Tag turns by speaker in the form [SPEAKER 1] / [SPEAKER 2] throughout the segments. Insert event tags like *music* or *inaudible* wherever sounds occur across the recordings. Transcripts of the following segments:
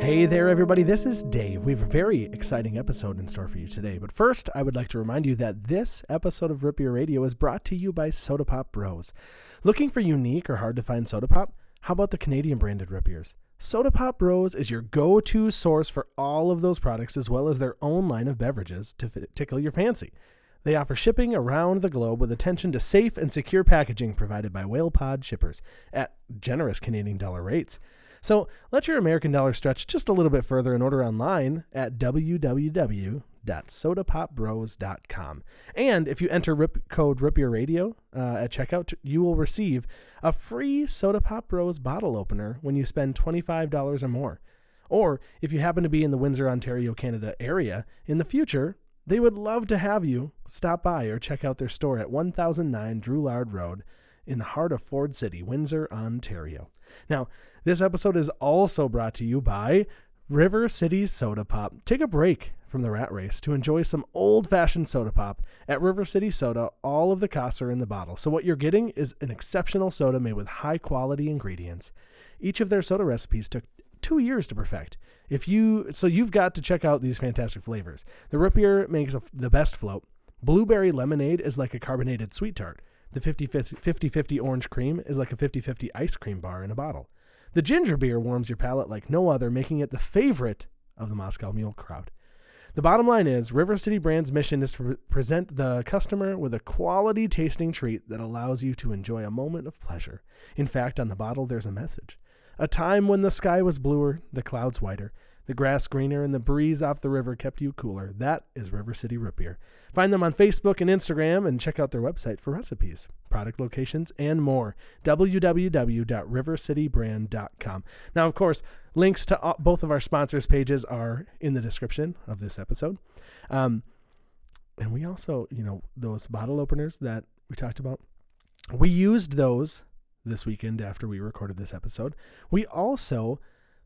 [SPEAKER 1] Hey there, everybody. This is Dave. We have a very exciting episode in store for you today. But first, I would like to remind you that this episode of Rip Your Radio is brought to you by Soda Pop Bros. Looking for unique or hard to find soda pop? How about the Canadian branded Rip Ears? Soda Pop Bros is your go to source for all of those products as well as their own line of beverages to fit, tickle your fancy. They offer shipping around the globe with attention to safe and secure packaging provided by Whale Pod shippers at generous Canadian dollar rates. So let your American dollar stretch just a little bit further and order online at www.sodapopbros.com. And if you enter rip code Rip Your Radio uh, at checkout, you will receive a free Soda Pop Bros bottle opener when you spend $25 or more. Or if you happen to be in the Windsor, Ontario, Canada area in the future, they would love to have you stop by or check out their store at 1009 Droulard Road in the heart of Ford City, Windsor, Ontario. Now, this episode is also brought to you by River City Soda Pop. Take a break from the rat race to enjoy some old fashioned soda pop. At River City Soda, all of the costs are in the bottle. So, what you're getting is an exceptional soda made with high quality ingredients. Each of their soda recipes took two years to perfect. If you so you've got to check out these fantastic flavors. The root beer makes a, the best float. Blueberry lemonade is like a carbonated sweet tart. The 50-50 orange cream is like a 50-50 ice cream bar in a bottle. The ginger beer warms your palate like no other, making it the favorite of the Moscow Mule crowd. The bottom line is River City Brand's mission is to pre- present the customer with a quality tasting treat that allows you to enjoy a moment of pleasure. In fact, on the bottle there's a message. A time when the sky was bluer, the clouds whiter, the grass greener, and the breeze off the river kept you cooler. That is River City Root Beer. Find them on Facebook and Instagram and check out their website for recipes, product locations, and more. www.rivercitybrand.com. Now, of course, links to all, both of our sponsors' pages are in the description of this episode. Um, and we also, you know, those bottle openers that we talked about, we used those this weekend after we recorded this episode. We also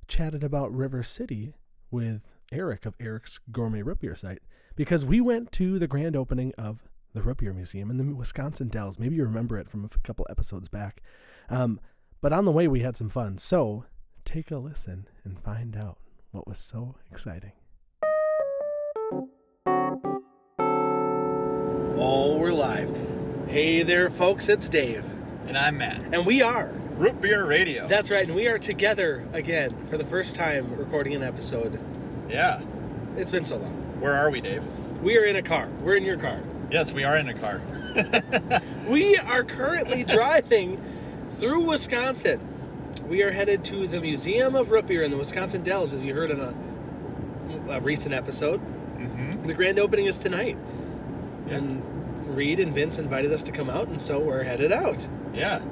[SPEAKER 1] chatted about River City with Eric of Eric's Gourmet Root Beer site because we went to the grand opening of the Root Beer Museum in the Wisconsin Dells. Maybe you remember it from a couple episodes back. Um, but on the way, we had some fun. So take a listen and find out what was so exciting. Oh, we're live. Hey there, folks. It's Dave.
[SPEAKER 2] And I'm Matt.
[SPEAKER 1] And we are.
[SPEAKER 2] Root Beer Radio.
[SPEAKER 1] That's right. And we are together again for the first time recording an episode.
[SPEAKER 2] yeah.
[SPEAKER 1] It's been so long.
[SPEAKER 2] Where are we, Dave?
[SPEAKER 1] We are in a car. We're in your car.
[SPEAKER 2] Yes, we are in a car.
[SPEAKER 1] We are currently driving through Wisconsin. We are headed to the Museum of Root Beer in the Wisconsin Dells, as you heard in a, a recent episode. The grand opening is tonight.
[SPEAKER 2] Yeah.
[SPEAKER 1] And Reed and Vince invited us to come out, and so we're headed out.
[SPEAKER 2] yeah.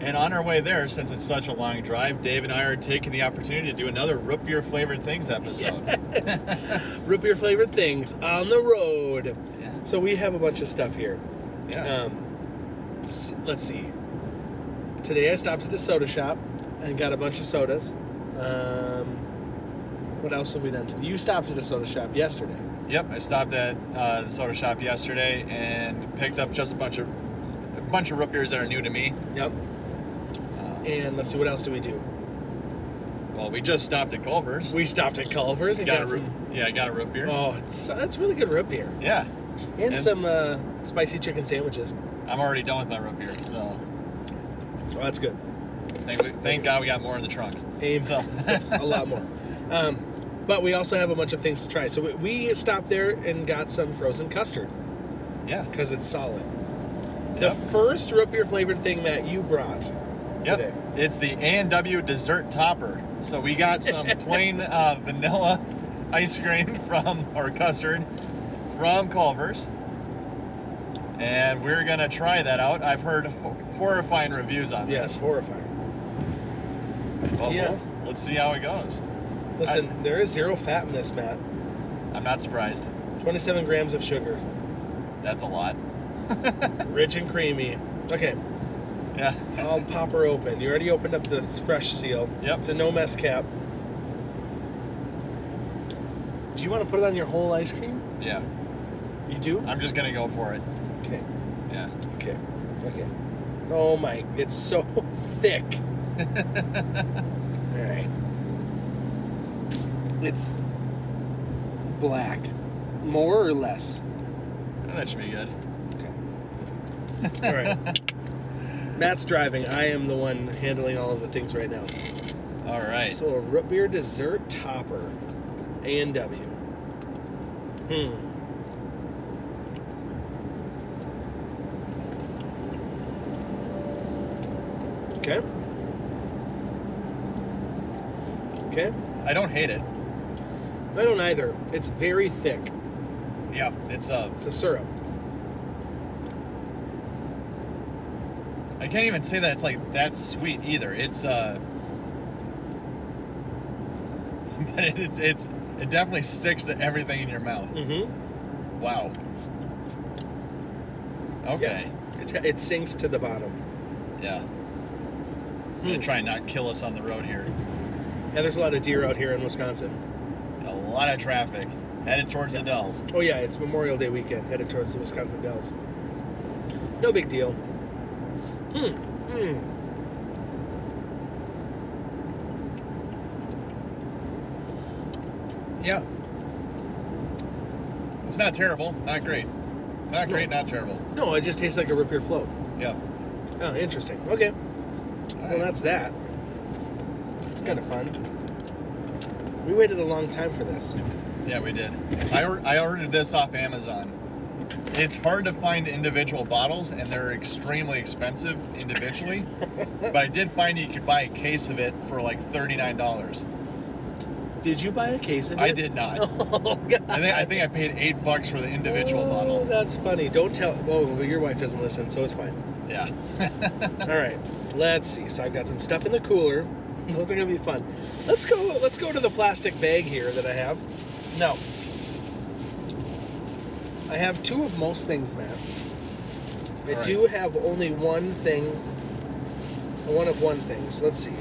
[SPEAKER 2] And on our way there, since it's such a long drive, Dave and I are taking the opportunity to do another root beer flavored
[SPEAKER 1] *laughs*
[SPEAKER 2] things episode.
[SPEAKER 1] Root beer flavored things on the road.
[SPEAKER 2] Yeah.
[SPEAKER 1] So we have a bunch of stuff here.
[SPEAKER 2] Yeah.
[SPEAKER 1] Um, s- let's see. Today I stopped at the soda shop and got a bunch of sodas. Um, what else have we done? today? You stopped at a soda shop yesterday.
[SPEAKER 2] Yep. I stopped at uh, the soda shop yesterday and picked up just a bunch of a bunch of root beers that are new to me.
[SPEAKER 1] Yep. Uh, And let's see, what else do we do?
[SPEAKER 2] Well, we just stopped at Culver's.
[SPEAKER 1] We stopped at Culver's and
[SPEAKER 2] got,
[SPEAKER 1] got,
[SPEAKER 2] a root.
[SPEAKER 1] some.
[SPEAKER 2] Yeah, I got a root beer.
[SPEAKER 1] Oh, it's, that's really good root beer
[SPEAKER 2] yeah.
[SPEAKER 1] and,
[SPEAKER 2] And-
[SPEAKER 1] some uh, spicy chicken sandwiches.
[SPEAKER 2] I'm already done with my root beer, so
[SPEAKER 1] Oh, that's good.
[SPEAKER 2] thank, thank God we got more in the trunk.
[SPEAKER 1] Aim. *laughs*
[SPEAKER 2] So-
[SPEAKER 1] yes, a lot more. Um, but we also have a bunch of things to try. So we, we stopped there and got some frozen custard
[SPEAKER 2] Yeah.
[SPEAKER 1] because it's solid. The
[SPEAKER 2] Yep.
[SPEAKER 1] first root beer flavored thing that you brought.
[SPEAKER 2] Yep,
[SPEAKER 1] today.
[SPEAKER 2] it's the A&W dessert topper. So we got
[SPEAKER 1] *laughs*
[SPEAKER 2] some plain uh, vanilla ice cream from or custard from Culver's, and we're gonna try that out. I've heard ho- horrifying reviews on
[SPEAKER 1] Yes, horrifying.
[SPEAKER 2] this. Well,
[SPEAKER 1] yeah.
[SPEAKER 2] we'll- let's see how it goes.
[SPEAKER 1] Listen, there is zero fat in this, Matt.
[SPEAKER 2] I'm not surprised.
[SPEAKER 1] 27 grams of sugar,
[SPEAKER 2] That's a lot.
[SPEAKER 1] rich and creamy. Okay,
[SPEAKER 2] Yeah, *laughs*
[SPEAKER 1] I'll pop her open. You already opened up the fresh seal.
[SPEAKER 2] Yep.
[SPEAKER 1] It's a no mess cap. Do you want to put it on your whole ice cream?
[SPEAKER 2] yeah.
[SPEAKER 1] You do?
[SPEAKER 2] I'm just gonna go for it.
[SPEAKER 1] Okay.
[SPEAKER 2] Yeah.
[SPEAKER 1] Okay. Okay. Oh my, it's so *laughs* thick. All right. It's black, more or less.
[SPEAKER 2] That should be good.
[SPEAKER 1] Okay. All right. Matt's driving. I am the one handling all of the things right now.
[SPEAKER 2] All right.
[SPEAKER 1] So a root beer dessert topper, A and W. Hmm. Okay. Okay.
[SPEAKER 2] I don't hate it.
[SPEAKER 1] I don't either. It's very thick.
[SPEAKER 2] Yeah, it's uh,
[SPEAKER 1] It's a syrup.
[SPEAKER 2] I can't even say that it's like that sweet either. It's uh, *laughs* but it, it's it's it definitely sticks to everything in your mouth.
[SPEAKER 1] Mm-hmm.
[SPEAKER 2] Wow. Okay.
[SPEAKER 1] Yeah. It's, it sinks to the bottom.
[SPEAKER 2] Yeah. I'm
[SPEAKER 1] Hmm.
[SPEAKER 2] gonna try and not kill us on the road here.
[SPEAKER 1] Yeah, there's a lot of deer out here in Wisconsin.
[SPEAKER 2] A lot of traffic headed towards the Dells.
[SPEAKER 1] Oh yeah, it's Memorial Day weekend, headed towards the Wisconsin Dells. No big deal. Hmm. Hmm. Yeah.
[SPEAKER 2] It's not terrible. Not great. Not great. Not terrible.
[SPEAKER 1] No, it just tastes like a root beer float.
[SPEAKER 2] Yeah.
[SPEAKER 1] Oh, interesting. Okay. Well,
[SPEAKER 2] right.
[SPEAKER 1] that's that. It's kind of fun. We waited a long time for this.
[SPEAKER 2] Yeah, we did. I, or- I ordered this off Amazon. It's hard to find individual bottles, and they're extremely expensive individually.
[SPEAKER 1] *laughs*
[SPEAKER 2] but I did find you could buy a case of it for like thirty-nine dollars.
[SPEAKER 1] Did you buy a case of it?
[SPEAKER 2] I did not.
[SPEAKER 1] *laughs* Oh God.
[SPEAKER 2] I think I think I paid eight bucks for the individual
[SPEAKER 1] oh,
[SPEAKER 2] bottle.
[SPEAKER 1] That's funny. Don't tell. Oh, but your wife doesn't listen, so it's fine.
[SPEAKER 2] Yeah.
[SPEAKER 1] All right. Let's see. So I've got some stuff in the cooler. Those are gonna be fun. Let's go. Let's go to the plastic bag here that I have. No. I have two of most things, Matt. I
[SPEAKER 2] All right.
[SPEAKER 1] do have only one thing. One of one thing. So let's see.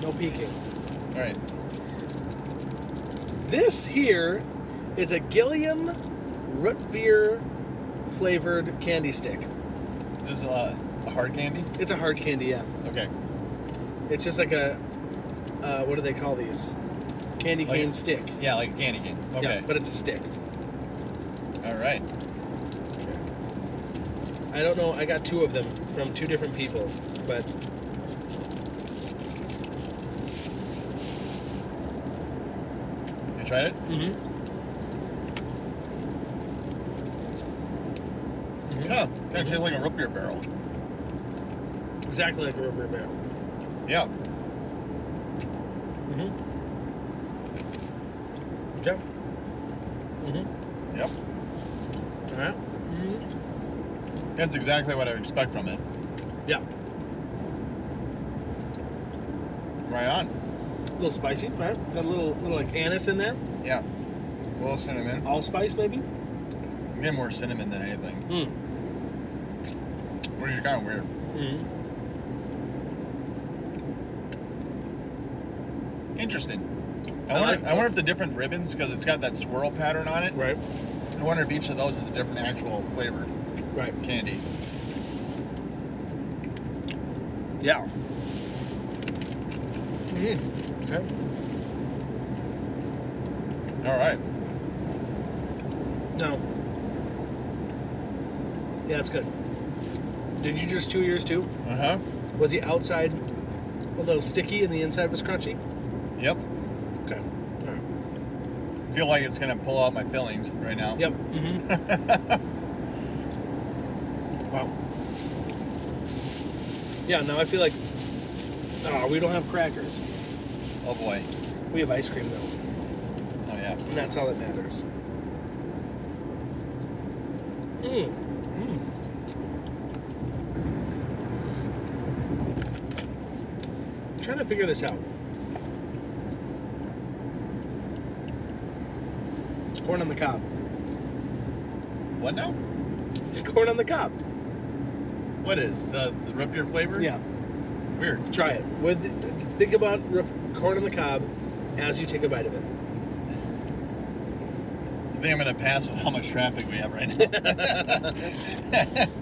[SPEAKER 1] No peeking.
[SPEAKER 2] All right.
[SPEAKER 1] This here is a Gilliam root beer flavored candy stick.
[SPEAKER 2] Is this uh, a hard candy?
[SPEAKER 1] It's a hard candy, yeah.
[SPEAKER 2] Okay.
[SPEAKER 1] It's just like a, uh, what do they call these? Candy
[SPEAKER 2] Like
[SPEAKER 1] cane
[SPEAKER 2] a-
[SPEAKER 1] stick.
[SPEAKER 2] Yeah, like a candy cane. Okay.
[SPEAKER 1] Yeah, but it's a stick.
[SPEAKER 2] All right.
[SPEAKER 1] I don't know. I got two of them from two different people, but
[SPEAKER 2] You tried it?
[SPEAKER 1] Mm-hmm. Mm-hmm.
[SPEAKER 2] Yeah. Kind of tastes like a root beer barrel.
[SPEAKER 1] exactly like a rubber barrel.
[SPEAKER 2] Yeah.
[SPEAKER 1] Mm-hmm. Okay. Mm-hmm.
[SPEAKER 2] Yep.
[SPEAKER 1] All right. Mm-hmm.
[SPEAKER 2] That's exactly what I would expect from it.
[SPEAKER 1] Yeah.
[SPEAKER 2] Right on.
[SPEAKER 1] A little spicy, right? Got a little, little like anise in there.
[SPEAKER 2] Yeah. A little cinnamon.
[SPEAKER 1] Allspice, maybe.
[SPEAKER 2] I'm getting more cinnamon than anything,
[SPEAKER 1] Mm.
[SPEAKER 2] which is kind of weird.
[SPEAKER 1] Mm-hmm.
[SPEAKER 2] Interesting.
[SPEAKER 1] I
[SPEAKER 2] I wonder,
[SPEAKER 1] like-
[SPEAKER 2] I wonder if the different ribbons, because it's got that swirl pattern on it,
[SPEAKER 1] Right.
[SPEAKER 2] I wonder if each of those is a different actual flavored
[SPEAKER 1] Right.
[SPEAKER 2] candy.
[SPEAKER 1] Yeah. Mm-hmm. Okay.
[SPEAKER 2] All right.
[SPEAKER 1] No. Yeah, it's good. Did you just chew yours too?
[SPEAKER 2] Uh huh.
[SPEAKER 1] Was the outside a little sticky and the inside was crunchy?
[SPEAKER 2] Yep.
[SPEAKER 1] Okay. All right.
[SPEAKER 2] Feel like it's gonna pull out my fillings right now.
[SPEAKER 1] Yep. Mm-hmm. *laughs* wow. Yeah, now I feel like oh, we don't have crackers.
[SPEAKER 2] Oh boy.
[SPEAKER 1] We have ice cream though.
[SPEAKER 2] Oh yeah.
[SPEAKER 1] And that's all that matters. Mm. I'm trying to figure this out. It's corn on the cob. *laughs*
[SPEAKER 2] What now?
[SPEAKER 1] It's corn on the cob.
[SPEAKER 2] What is the the root beer flavor?
[SPEAKER 1] Yeah,
[SPEAKER 2] Weird.
[SPEAKER 1] try it. With think about rip, corn on the cob as you take a bite of it.
[SPEAKER 2] I think I'm gonna pass with how much traffic we have right
[SPEAKER 1] *laughs*
[SPEAKER 2] now.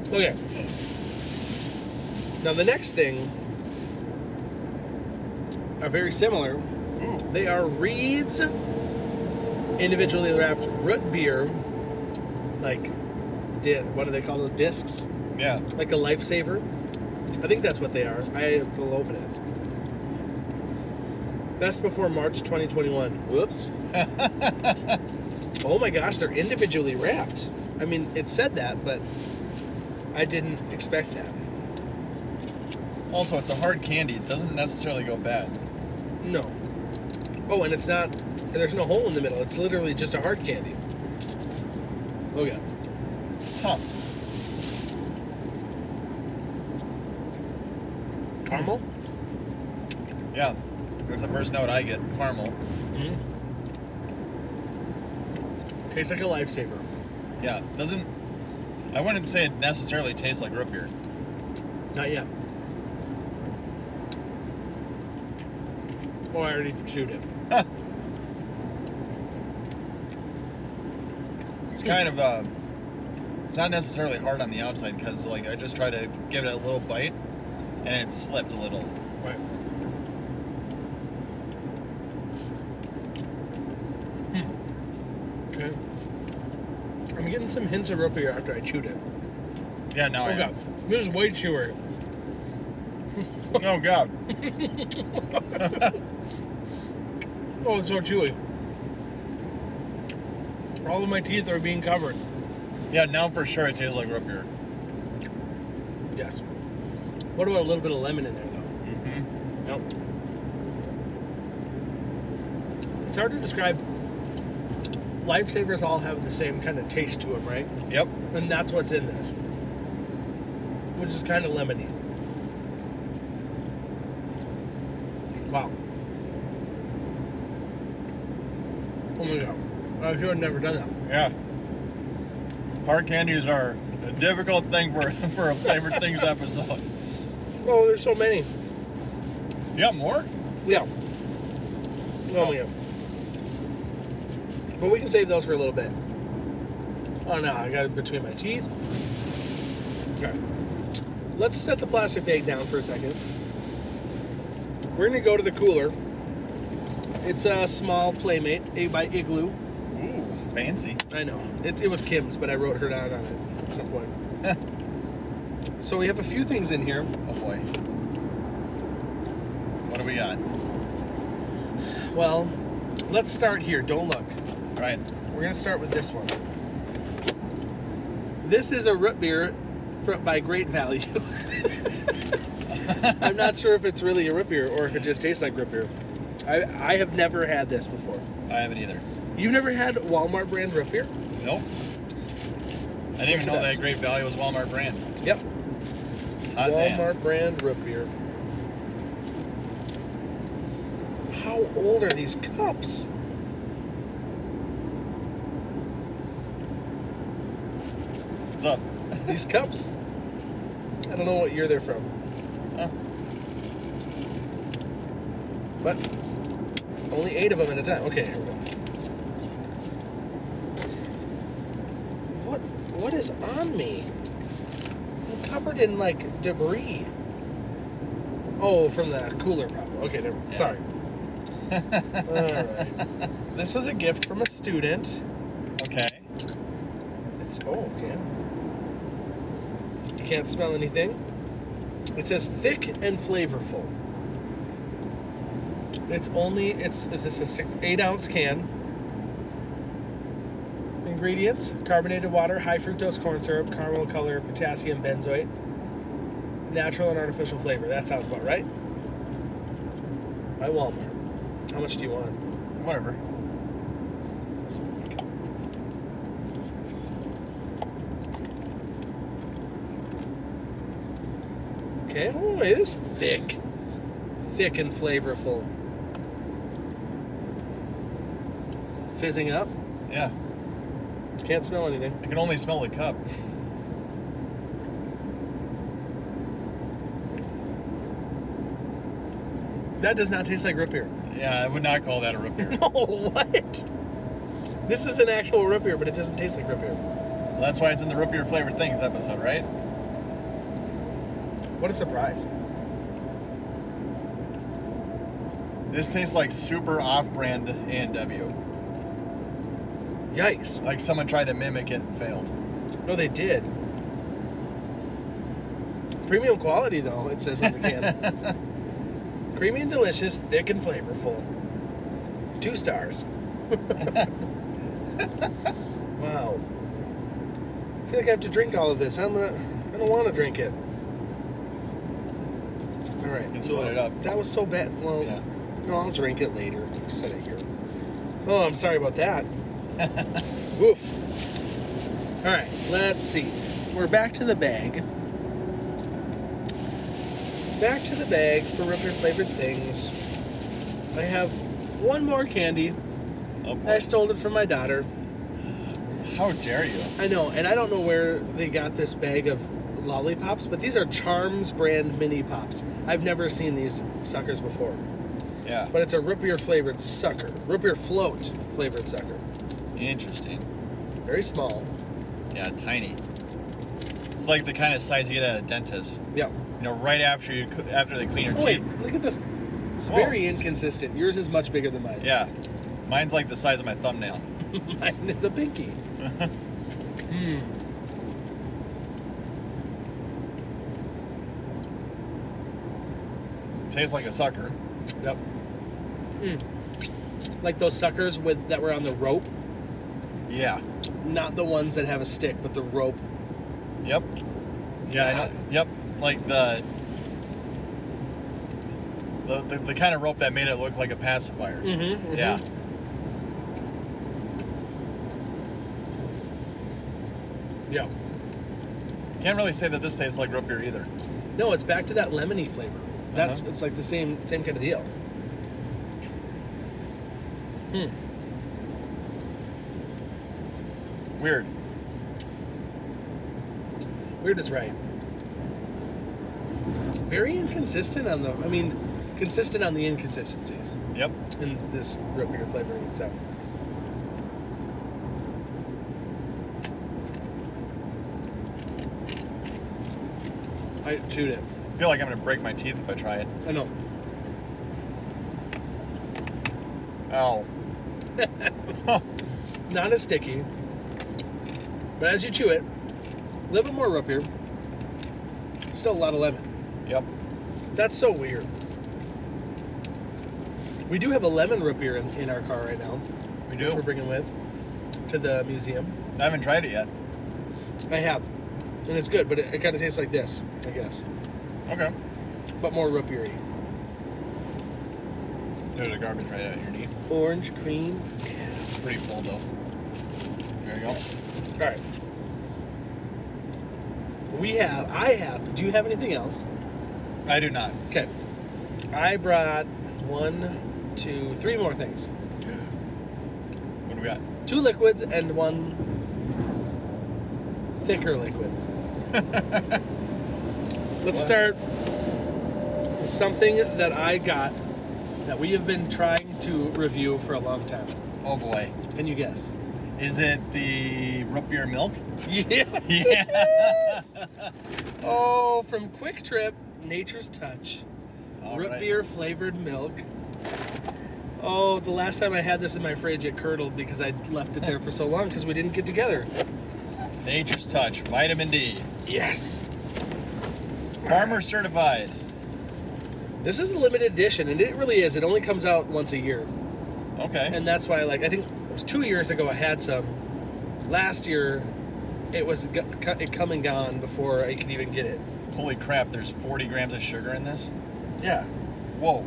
[SPEAKER 1] Okay. Now the next thing are very similar, They are Reed's individually wrapped root beer, like, di- what do they call those discs?
[SPEAKER 2] Yeah.
[SPEAKER 1] Like a lifesaver. I think that's what they are. I will open it. Best before March 2021. Whoops. *laughs* oh my gosh, they're individually wrapped. I mean, it said that, but I didn't expect that.
[SPEAKER 2] Also, it's a hard candy. It doesn't necessarily go bad.
[SPEAKER 1] No. Oh, and it's not. There's no hole in the middle. It's literally just a hard candy. Oh yeah.
[SPEAKER 2] Huh.
[SPEAKER 1] Caramel.
[SPEAKER 2] Yeah. That's the first note I get. Caramel.
[SPEAKER 1] Tastes like a lifesaver.
[SPEAKER 2] Yeah. Doesn't. I wouldn't say it necessarily tastes like root beer.
[SPEAKER 1] Not yet. Oh, I already chewed it.
[SPEAKER 2] It's kind of. Uh, it's not necessarily hard on the outside because like I just tried to give it a little bite, and it slipped a little.
[SPEAKER 1] Right. Hmm. Okay. I'm getting some hints of root beer after I chewed it.
[SPEAKER 2] Yeah. Now
[SPEAKER 1] Oh
[SPEAKER 2] I.
[SPEAKER 1] god, this is way chewer.
[SPEAKER 2] Am. Oh god.
[SPEAKER 1] Oh, it's so chewy. All of my teeth are being covered.
[SPEAKER 2] Yeah. Now for sure it tastes like root beer.
[SPEAKER 1] Yes. What about a little bit of lemon in there, though? Mm-hmm. Yep. It's hard to describe. Lifesavers all have the same kind of taste to them, right?
[SPEAKER 2] Yep.
[SPEAKER 1] And that's what's in this, which is kind of lemony. Wow. Oh my god. I should have never done that.
[SPEAKER 2] Yeah. Hard candies are a difficult thing for *laughs* for a flavored things episode.
[SPEAKER 1] Oh, there's so many.
[SPEAKER 2] You got more?
[SPEAKER 1] Yeah. Oh yeah. But we can save those for a little bit. Oh no, I got it between my teeth. Okay. Let's set the plastic bag down for a second. We're gonna go to the cooler. It's a small Playmate, A by Igloo.
[SPEAKER 2] Ooh, fancy.
[SPEAKER 1] I know. It, it was Kim's, but I wrote her down on it at some point. so we have a few things in here.
[SPEAKER 2] Oh boy. What do we got?
[SPEAKER 1] Well, let's start here. Don't look.
[SPEAKER 2] All right.
[SPEAKER 1] We're gonna start with this one. This is a root beer fr by Great Value. *laughs* I'm not sure if it's really a root beer or if it just tastes like root beer. I, I have never had this before.
[SPEAKER 2] I haven't either.
[SPEAKER 1] You've never had Walmart brand root beer?
[SPEAKER 2] Nope. I didn't even know
[SPEAKER 1] Yes.
[SPEAKER 2] that Great Value was Walmart brand.
[SPEAKER 1] Yep.
[SPEAKER 2] Hot damn.
[SPEAKER 1] Walmart brand root beer. How old are these cups?
[SPEAKER 2] What's up? *laughs*
[SPEAKER 1] These cups? I don't know what year they're from.
[SPEAKER 2] Huh?
[SPEAKER 1] But only eight of them at a time. Okay, here we go. What what is on me? I'm covered in like debris. Oh, from the cooler problem. Okay, there. Sorry. All right. This was a gift from a student.
[SPEAKER 2] Okay.
[SPEAKER 1] It's oh okay. You can't smell anything. It says thick and flavorful. It's only it's is this a six, eight ounce can? Ingredients: carbonated water, high fructose corn syrup, caramel color, potassium benzoate, natural and artificial flavor. That sounds about right. By Walmart. How much do you want?
[SPEAKER 2] Whatever.
[SPEAKER 1] That's what we got. Okay, oh, it is thick. Thick and flavorful. Fizzing up.
[SPEAKER 2] Yeah.
[SPEAKER 1] Can't smell anything.
[SPEAKER 2] I can only smell the cup. *laughs*
[SPEAKER 1] That does not taste like root beer. *laughs*
[SPEAKER 2] Yeah, I would not call that a root beer.
[SPEAKER 1] Oh, what? This is an actual root beer, but it doesn't taste like root beer.
[SPEAKER 2] That's why it's in the root beer flavored things episode, right?
[SPEAKER 1] What a surprise.
[SPEAKER 2] This tastes like super off-brand A&W.
[SPEAKER 1] Yikes.
[SPEAKER 2] Like someone tried to mimic it and failed.
[SPEAKER 1] No, they did. Premium quality, though, it says on the can. Creamy and delicious, thick and flavorful. Two stars. wow. I feel like I have to drink all of this. I'm not, I don't want to drink it. All right.
[SPEAKER 2] Just put it up.
[SPEAKER 1] That was so bad. Well,
[SPEAKER 2] Yeah.
[SPEAKER 1] no, I'll drink it later. Just Set it here. Oh, I'm sorry about that. Woof. All right, let's see. We're back to the bag. Back to the bag for Ripper flavored things. I have one more candy.
[SPEAKER 2] Oh boy.
[SPEAKER 1] I stole it from my daughter.
[SPEAKER 2] How dare you?
[SPEAKER 1] I know, and I don't know where they got this bag of lollipops, but these are Charms brand mini pops. I've never seen these suckers before.
[SPEAKER 2] Yeah.
[SPEAKER 1] But it's a root beer flavored sucker. Root beer float flavored sucker.
[SPEAKER 2] Interesting.
[SPEAKER 1] Very small.
[SPEAKER 2] Yeah, tiny. It's like the kind of size you get at a dentist.
[SPEAKER 1] Yep.
[SPEAKER 2] You know, right after you cl- after they clean your
[SPEAKER 1] Oh, wait,
[SPEAKER 2] teeth.
[SPEAKER 1] look at this. It's
[SPEAKER 2] Whoa.
[SPEAKER 1] very inconsistent. Yours is much bigger than mine.
[SPEAKER 2] Yeah. Mine's like the size of my thumbnail.
[SPEAKER 1] *laughs* Mine is a pinky. Hmm.
[SPEAKER 2] Tastes like a sucker.
[SPEAKER 1] Yep. Mm. Like those suckers with that were on the rope,
[SPEAKER 2] Yeah.
[SPEAKER 1] not the ones that have a stick, but the rope.
[SPEAKER 2] Yep. Yeah, I know. Yep. Like the the, the the kind of rope that made it look like a pacifier.
[SPEAKER 1] Mm-hmm.
[SPEAKER 2] Yeah.
[SPEAKER 1] Yeah.
[SPEAKER 2] Can't really say that this tastes like root beer either.
[SPEAKER 1] No, it's back to that lemony flavor. That's it's like the same same kind of deal. Hmm.
[SPEAKER 2] Weird.
[SPEAKER 1] Weird is right. Very inconsistent on the. I mean, consistent on the inconsistencies
[SPEAKER 2] Yep.
[SPEAKER 1] in this root beer flavoring. So. I chewed it.
[SPEAKER 2] I feel like I'm gonna break my teeth if I try it.
[SPEAKER 1] I know.
[SPEAKER 2] Ow.
[SPEAKER 1] Not as sticky. But as you chew it, a little bit more root beer. Still a lot of lemon.
[SPEAKER 2] Yep.
[SPEAKER 1] That's so weird. We do have a lemon root beer in, in our car right now.
[SPEAKER 2] We
[SPEAKER 1] which We're
[SPEAKER 2] do.
[SPEAKER 1] bringing with to the museum.
[SPEAKER 2] I haven't tried it yet.
[SPEAKER 1] I have, and it's good, but it, it kind of tastes like this, I guess,
[SPEAKER 2] Okay.
[SPEAKER 1] but more root beery.
[SPEAKER 2] There's a garbage right out your knee.
[SPEAKER 1] Orange cream.
[SPEAKER 2] It's pretty full though. There you go.
[SPEAKER 1] All right. We have. I have. Do you have anything else?
[SPEAKER 2] I do not.
[SPEAKER 1] Okay. I brought one, two, three more things.
[SPEAKER 2] What do we got?
[SPEAKER 1] Two liquids and one thicker liquid. Let's
[SPEAKER 2] What?
[SPEAKER 1] start with something that I got that we have been trying to review for a long time.
[SPEAKER 2] Oh boy.
[SPEAKER 1] Can you guess?
[SPEAKER 2] Is it the root beer milk? *laughs*
[SPEAKER 1] Yes.
[SPEAKER 2] Yeah.
[SPEAKER 1] Oh, from Quick Trip, Nature's Touch,
[SPEAKER 2] All
[SPEAKER 1] root
[SPEAKER 2] right.
[SPEAKER 1] beer flavored milk. Oh, the last time I had this in my fridge, it curdled because I left it there for so long because we didn't get together.
[SPEAKER 2] Nature's Touch, vitamin D.
[SPEAKER 1] Yes.
[SPEAKER 2] Farmer certified.
[SPEAKER 1] This is a limited edition, and it really is. It only comes out once a year,
[SPEAKER 2] Okay.
[SPEAKER 1] and that's why. Like I think it was two years ago I had some. Last year, it was g- cu- it come and gone before I could even get it.
[SPEAKER 2] Holy crap, there's 40 grams of sugar in this?
[SPEAKER 1] Yeah,
[SPEAKER 2] Whoa.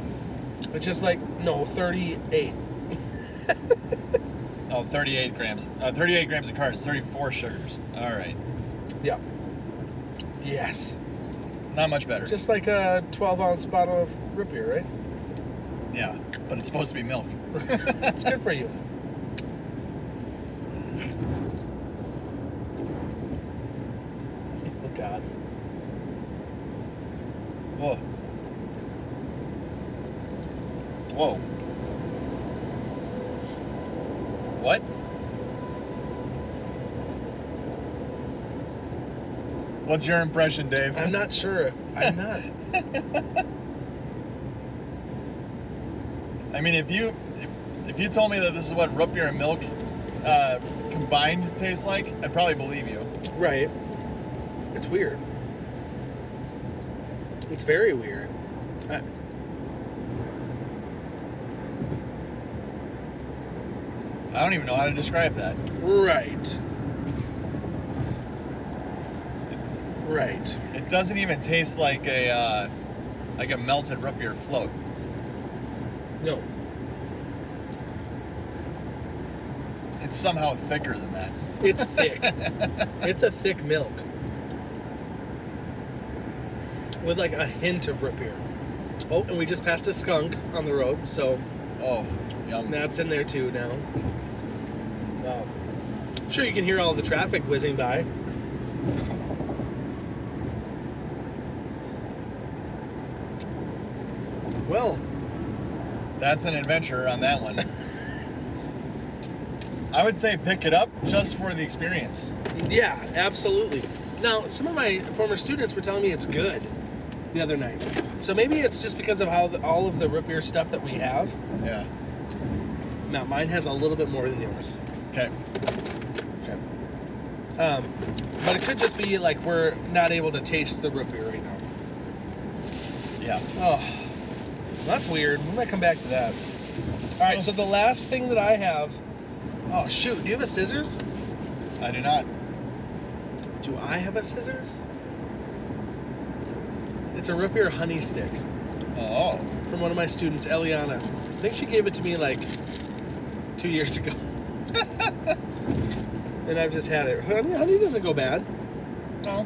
[SPEAKER 1] it's just like no thirty-eight.
[SPEAKER 2] Oh, 38 grams. Uh, 38 grams of carbs, 34 sugars. All right.
[SPEAKER 1] Yeah. Yes.
[SPEAKER 2] Not much better.
[SPEAKER 1] Just like a twelve-ounce bottle of root beer, *laughs* right?
[SPEAKER 2] yeah, but it's supposed to be milk.
[SPEAKER 1] That's good for you. Oh God.
[SPEAKER 2] Whoa. Whoa. What? What's your impression, Dave?
[SPEAKER 1] I'm *laughs* not sure if I'm not.
[SPEAKER 2] I mean, if you if, if you told me that this is what root beer and milk uh, combined tastes like, I'd probably believe you.
[SPEAKER 1] Right. It's weird. It's very weird. Uh, I,
[SPEAKER 2] I don't even know how to describe that.
[SPEAKER 1] right. Right.
[SPEAKER 2] It doesn't even taste like a uh, like a melted root beer float.
[SPEAKER 1] No.
[SPEAKER 2] It's somehow thicker than that.
[SPEAKER 1] It's thick. it's a thick milk. With like a hint of root beer. Oh, and we just passed a skunk on the road, so
[SPEAKER 2] Oh, yum.
[SPEAKER 1] that's in there too now. Wow. I'm sure you can hear all the traffic whizzing by. Well,
[SPEAKER 2] That's an adventure on that one. I would say pick it up just for the experience.
[SPEAKER 1] Yeah, absolutely. Now, some of my former students were telling me it's good the other night. So maybe it's just because of how the, all of the root beer stuff that we have.
[SPEAKER 2] Yeah.
[SPEAKER 1] Now, mine has a little bit more than yours.
[SPEAKER 2] Okay.
[SPEAKER 1] Okay. Um, but it could just be like we're not able to taste the root beer right now.
[SPEAKER 2] Yeah.
[SPEAKER 1] Oh, that's weird. We might come back to that. All right, so the last thing that I have. Oh, shoot. Do you have a scissors?
[SPEAKER 2] I do not.
[SPEAKER 1] Do I have a scissors? It's a root beer honey stick.
[SPEAKER 2] Oh.
[SPEAKER 1] from one of my students, Eliana. I think she gave it to me like two years ago. *laughs* and I've just had it. Honey, honey doesn't go bad. *laughs*
[SPEAKER 2] Oh.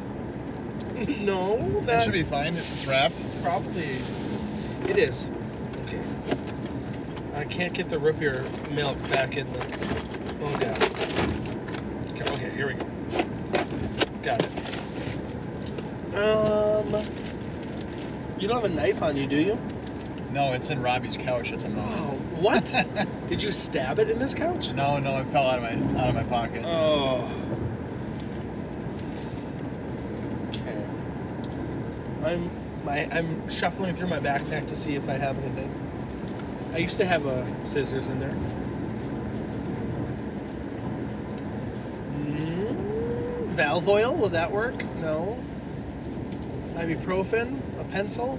[SPEAKER 1] no,
[SPEAKER 2] It
[SPEAKER 1] that
[SPEAKER 2] should be fine if it's wrapped.
[SPEAKER 1] probably it is. Okay. I can't get the root beer milk back in the. Oh god. Okay, okay, here we go. Got it. Um. You don't have a knife on you, do
[SPEAKER 2] *laughs*
[SPEAKER 1] you?
[SPEAKER 2] No, it's in Robbie's couch at the moment.
[SPEAKER 1] Oh, what? Did you stab it in this couch?
[SPEAKER 2] No, no, it fell out of my out of my pocket.
[SPEAKER 1] Oh. Okay. I'm my I'm shuffling through my backpack to see if I have anything. I used to have uh, scissors in there. Mm, valve oil will that work? No. Ibuprofen, a pencil.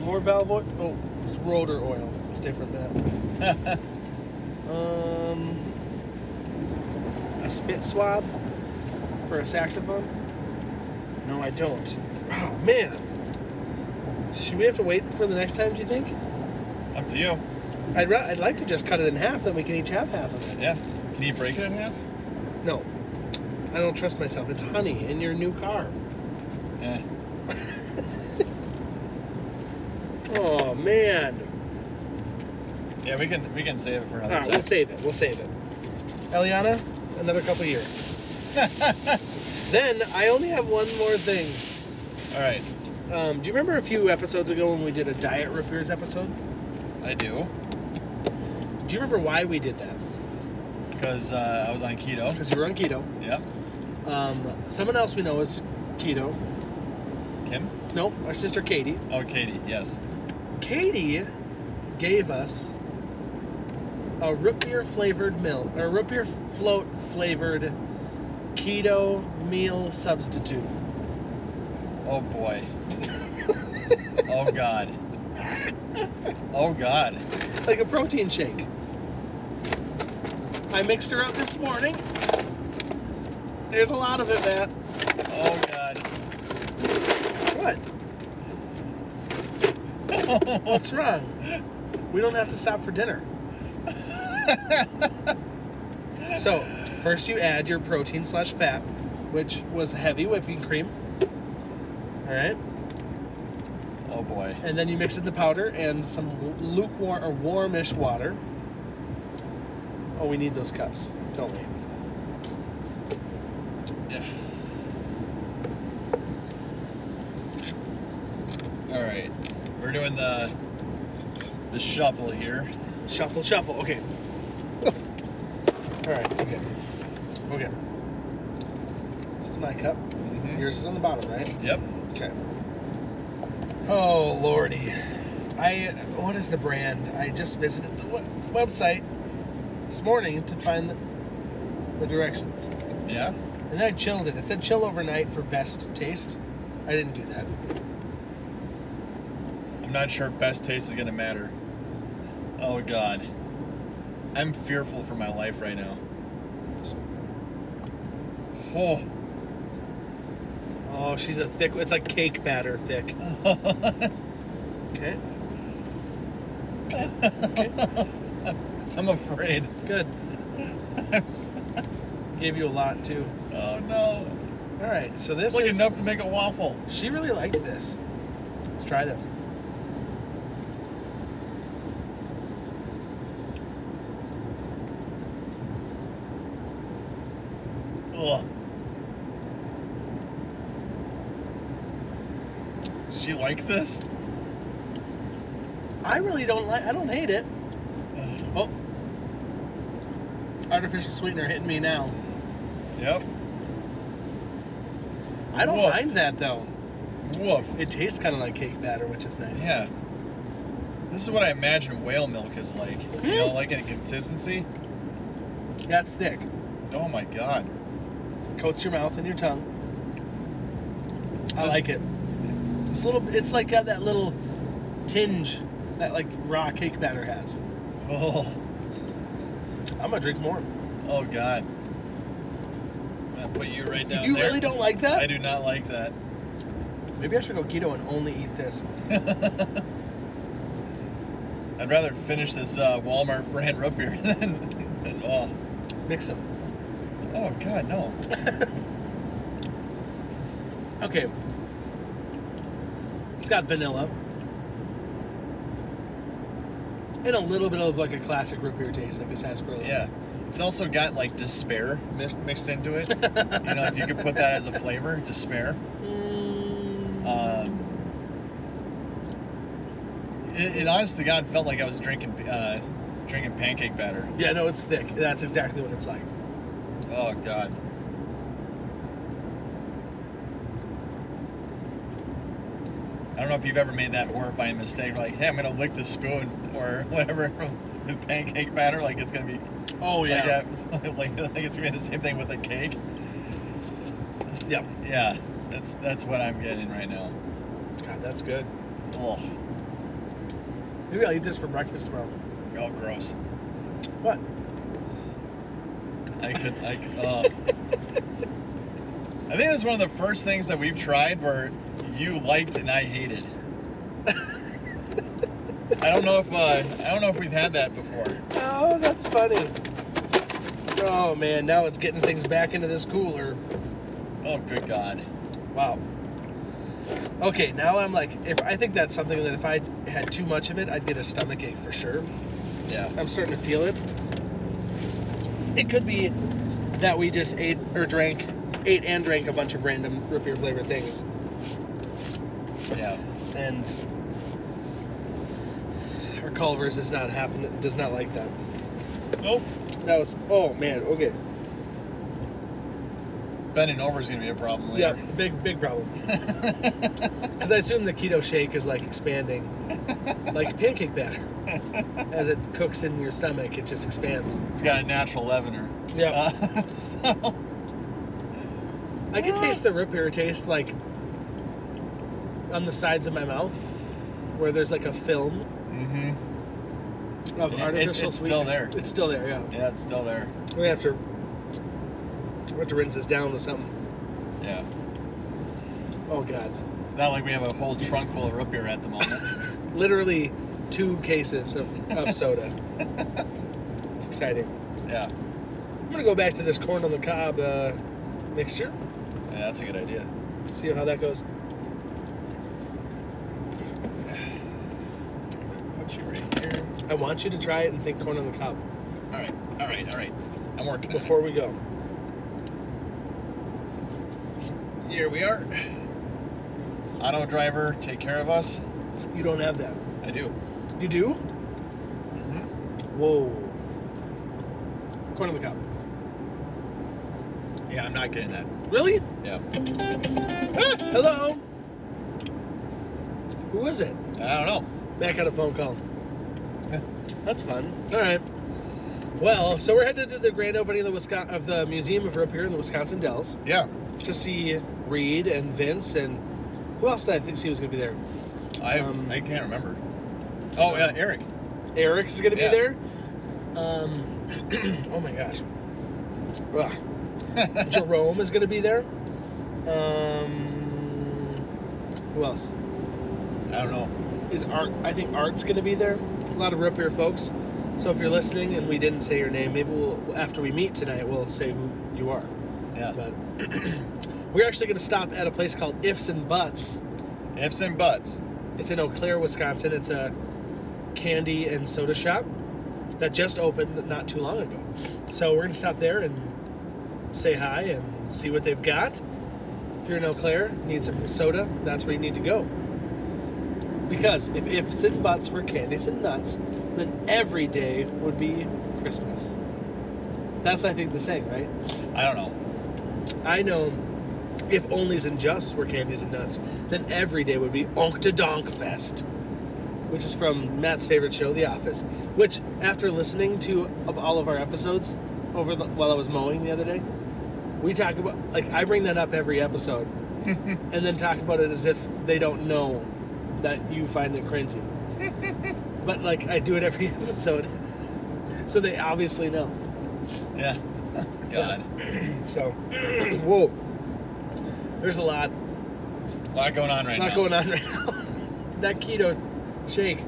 [SPEAKER 1] More valve oil. Oh, it's rotor oil. It's different than that. *laughs* um, a spit swab for a saxophone? No, I don't. Oh man. Should we have to wait for the next time? Do you think?
[SPEAKER 2] Up to you.
[SPEAKER 1] I'd ra- I'd like to just cut it in half, then we can each have half of it.
[SPEAKER 2] Yeah. Can you break it in half?
[SPEAKER 1] No, I don't trust myself. It's honey in your new car.
[SPEAKER 2] Yeah.
[SPEAKER 1] Oh man.
[SPEAKER 2] Yeah, we can we can save it for another
[SPEAKER 1] All right,
[SPEAKER 2] time.
[SPEAKER 1] we'll save it. We'll save it. Eliana, another couple years. *laughs* then I only have one more thing.
[SPEAKER 2] All right.
[SPEAKER 1] Um, do you remember a few episodes ago when we did a diet root beers episode?
[SPEAKER 2] I do
[SPEAKER 1] Do you remember why we did that?
[SPEAKER 2] because uh, I was on keto.
[SPEAKER 1] Because you were on keto.
[SPEAKER 2] Yeah.
[SPEAKER 1] Um, someone else we know is keto.
[SPEAKER 2] Kim.
[SPEAKER 1] Nope, our sister Katie.
[SPEAKER 2] Oh, Katie. Yes.
[SPEAKER 1] Katie gave us a root beer flavored milk or root beer float flavored keto meal substitute.
[SPEAKER 2] Oh boy. oh God. Oh God.
[SPEAKER 1] like a protein shake. I mixed her up this morning. There's a lot of it, Matt.
[SPEAKER 2] Oh God.
[SPEAKER 1] What? *laughs* What's wrong? We don't have to stop for dinner. *laughs* so, first you add your protein slash fat, which was heavy whipping cream. All right,
[SPEAKER 2] Oh boy.
[SPEAKER 1] and then you mix in the powder and some lukewarm or warmish water. Oh, we need those cups, don't we?
[SPEAKER 2] Yeah. All right. We're doing the the shuffle here.
[SPEAKER 1] Shuffle, shuffle. Okay. *laughs* All right. Okay. Okay. This is my cup. Yours is on the bottom, right?
[SPEAKER 2] Yep.
[SPEAKER 1] Okay. Oh lordy, I what is the brand? I just visited the we- website this morning to find the, the directions,
[SPEAKER 2] Yeah.
[SPEAKER 1] and then I chilled it. It said chill overnight for best taste. I didn't do that.
[SPEAKER 2] I'm not sure best taste is gonna matter. Oh god. I'm fearful for my life right now. Oh,
[SPEAKER 1] Oh, she's a thick. It's like cake batter
[SPEAKER 2] *laughs*
[SPEAKER 1] thick. okay. okay. Okay.
[SPEAKER 2] I'm afraid.
[SPEAKER 1] Good.
[SPEAKER 2] I'm s-
[SPEAKER 1] Gave you a lot too.
[SPEAKER 2] oh no.
[SPEAKER 1] All right. So this
[SPEAKER 2] It's like
[SPEAKER 1] is.
[SPEAKER 2] enough to make a waffle.
[SPEAKER 1] She really liked this. Let's try this.
[SPEAKER 2] Ugh. She likes this?
[SPEAKER 1] I really don't like. I don't hate it. Oh, artificial sweetener hitting me now.
[SPEAKER 2] Yep.
[SPEAKER 1] I don't
[SPEAKER 2] Woof.
[SPEAKER 1] mind that though.
[SPEAKER 2] Woof.
[SPEAKER 1] It tastes kind of like cake batter, which is nice.
[SPEAKER 2] Yeah. This is what I imagine whale milk is like. You know, like in consistency.
[SPEAKER 1] That's thick.
[SPEAKER 2] Oh my god.
[SPEAKER 1] Coats your mouth and your tongue. I
[SPEAKER 2] Just-
[SPEAKER 1] like it. It's a little. It's like got that little tinge that like raw cake batter has.
[SPEAKER 2] Oh,
[SPEAKER 1] I'm gonna drink more.
[SPEAKER 2] oh god. I'm gonna put you right down
[SPEAKER 1] you
[SPEAKER 2] there.
[SPEAKER 1] really don't like that?
[SPEAKER 2] I do not like that.
[SPEAKER 1] Maybe I should go keto and only eat this.
[SPEAKER 2] I'd rather finish this uh, Walmart brand root beer *laughs* than, than oh,
[SPEAKER 1] Mix them.
[SPEAKER 2] oh god no.
[SPEAKER 1] Okay. It's got vanilla. And a little bit of like a classic root beer taste, like a sarsaparilla.
[SPEAKER 2] Yeah, it's also got like despair mi- mixed into it. you know, if you could put that as a flavor, despair.
[SPEAKER 1] Mm,
[SPEAKER 2] Um, it, it honest to God felt like I was drinking uh, drinking pancake batter.
[SPEAKER 1] yeah, no, it's thick. That's exactly what it's like.
[SPEAKER 2] Oh God. I don't know if you've ever made that horrifying mistake, like, "Hey, I'm gonna lick the spoon or *laughs* whatever from with pancake batter, like it's gonna be
[SPEAKER 1] Oh
[SPEAKER 2] like,
[SPEAKER 1] yeah.
[SPEAKER 2] that, *laughs* like, like it's gonna be the same thing with a cake."
[SPEAKER 1] uh, yeah.
[SPEAKER 2] Yeah, that's that's what I'm getting right now.
[SPEAKER 1] God, that's good.
[SPEAKER 2] Ugh.
[SPEAKER 1] Maybe I'll eat this for breakfast tomorrow.
[SPEAKER 2] Oh, gross.
[SPEAKER 1] What?
[SPEAKER 2] I could, I could, uh, I think that's one of the first things that we've tried where you liked and I hated. I don't know if uh, I don't know if we've had that before.
[SPEAKER 1] Oh, that's funny. Oh man, now it's getting things back into this cooler.
[SPEAKER 2] Oh, good God!
[SPEAKER 1] Wow. Okay, now I'm like, if I think that's something that if I had too much of it, I'd get a stomach ache for sure.
[SPEAKER 2] Yeah,
[SPEAKER 1] I'm starting to feel it. It could be that we just ate or drank, ate and drank a bunch of random root beer flavored things,
[SPEAKER 2] yeah.
[SPEAKER 1] and our Culver's does not happen. Does not like that.
[SPEAKER 2] Nope.
[SPEAKER 1] That was oh man. Okay,
[SPEAKER 2] Bending over is gonna be a problem
[SPEAKER 1] yeah,
[SPEAKER 2] later.
[SPEAKER 1] big big
[SPEAKER 2] *laughs*
[SPEAKER 1] problem. Because I assume the keto shake is like expanding, like pancake batter. As it cooks in your stomach, it just expands.
[SPEAKER 2] It's got a natural leavener.
[SPEAKER 1] Yeah.
[SPEAKER 2] *laughs* Uh, so,
[SPEAKER 1] I can taste the root beer taste like on the sides of my mouth where there's like a film
[SPEAKER 2] hmm
[SPEAKER 1] of
[SPEAKER 2] It-
[SPEAKER 1] artificial
[SPEAKER 2] it's
[SPEAKER 1] sweetener.
[SPEAKER 2] still there.
[SPEAKER 1] It's still there, yeah.
[SPEAKER 2] Yeah, it's still there.
[SPEAKER 1] We're gonna have to we have to rinse this down with something.
[SPEAKER 2] Yeah.
[SPEAKER 1] Oh god.
[SPEAKER 2] It's not like we have a whole trunk full of root beer at the moment.
[SPEAKER 1] Literally two cases of, of soda. it's exciting.
[SPEAKER 2] yeah.
[SPEAKER 1] I'm gonna go back to this corn on the cob uh, mixture.
[SPEAKER 2] Yeah, that's a good idea.
[SPEAKER 1] See how that goes.
[SPEAKER 2] Put you right here.
[SPEAKER 1] I want you to try it and think corn on the cob
[SPEAKER 2] All right, all right, all right. I'm working. on it.
[SPEAKER 1] before we go.
[SPEAKER 2] Here we are. Auto driver, take care of us.
[SPEAKER 1] You don't have that.
[SPEAKER 2] I do.
[SPEAKER 1] You do? Whoa. Corn on the cob.
[SPEAKER 2] Yeah, I'm not getting that. Ah,
[SPEAKER 1] Really?
[SPEAKER 2] Yeah.
[SPEAKER 1] Hello? Who is it?
[SPEAKER 2] I don't know.
[SPEAKER 1] Mac had a phone call.
[SPEAKER 2] Yeah.
[SPEAKER 1] That's fun. All right. Well, so we're headed to the grand opening of the Wisconsin, of the Museum of Rope here in the Wisconsin Dells
[SPEAKER 2] Yeah,
[SPEAKER 1] to see Reed and Vince and who else did I think see was going to be there?
[SPEAKER 2] I
[SPEAKER 1] Um,
[SPEAKER 2] I can't remember. Oh yeah, Eric.
[SPEAKER 1] Eric is going to be
[SPEAKER 2] Yeah.
[SPEAKER 1] there. Um, *clears throat* oh my gosh. Ugh.
[SPEAKER 2] *laughs*
[SPEAKER 1] Jerome is going to be there. Um, who else?
[SPEAKER 2] I don't know.
[SPEAKER 1] is art i think art's going to be there a lot of rope here folks so if you're listening and we didn't say your name maybe we'll after we meet tonight we'll say who you are
[SPEAKER 2] Yeah,
[SPEAKER 1] but *clears throat* we're actually going to stop at a place called ifs and buts
[SPEAKER 2] ifs and buts.
[SPEAKER 1] it's in eau claire wisconsin it's a candy and soda shop that just opened not too long ago so we're going to stop there and say hi and see what they've got if you're in eau claire need some soda that's where you need to go Because if ifs and buts were candies and nuts, then every day would be Christmas. That's, I think, the saying, right?
[SPEAKER 2] I don't know.
[SPEAKER 1] I know if onlys and justs were candies and nuts, then every day would be Onk to Donk Fest, which is from Matt's favorite show, The Office. Which, after listening to of all of our episodes over the, while I was mowing the other day, we talk about like I bring that up every episode, and then talk about it as if they don't know that you find it cringy. but like I do it every *laughs* episode, so they obviously know.
[SPEAKER 2] Yeah. *laughs* God,
[SPEAKER 1] So, *clears throat* whoa, there's a lot
[SPEAKER 2] a lot going on right
[SPEAKER 1] not
[SPEAKER 2] now.
[SPEAKER 1] going on right now. *laughs* that keto shake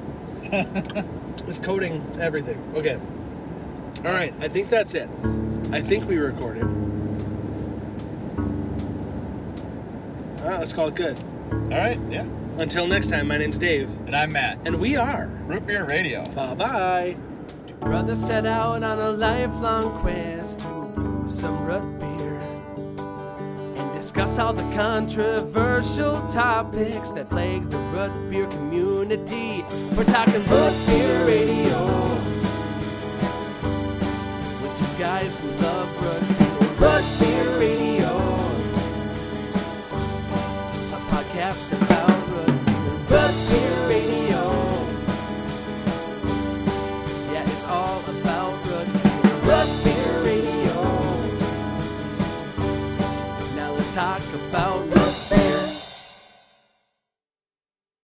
[SPEAKER 2] *laughs*
[SPEAKER 1] is coating everything. Okay. All right. I think that's it. I think we recorded. All right. Ah, Let's call it good.
[SPEAKER 2] All right. Yeah.
[SPEAKER 1] Until next time, my name's Dave,
[SPEAKER 2] And I'm Matt.
[SPEAKER 1] and we are.
[SPEAKER 2] Root Beer Radio.
[SPEAKER 1] Bye bye. Two brothers set out on a lifelong quest to brew some root beer and discuss all the controversial topics that plague the root beer community. We're talking root beer radio with two guys who love.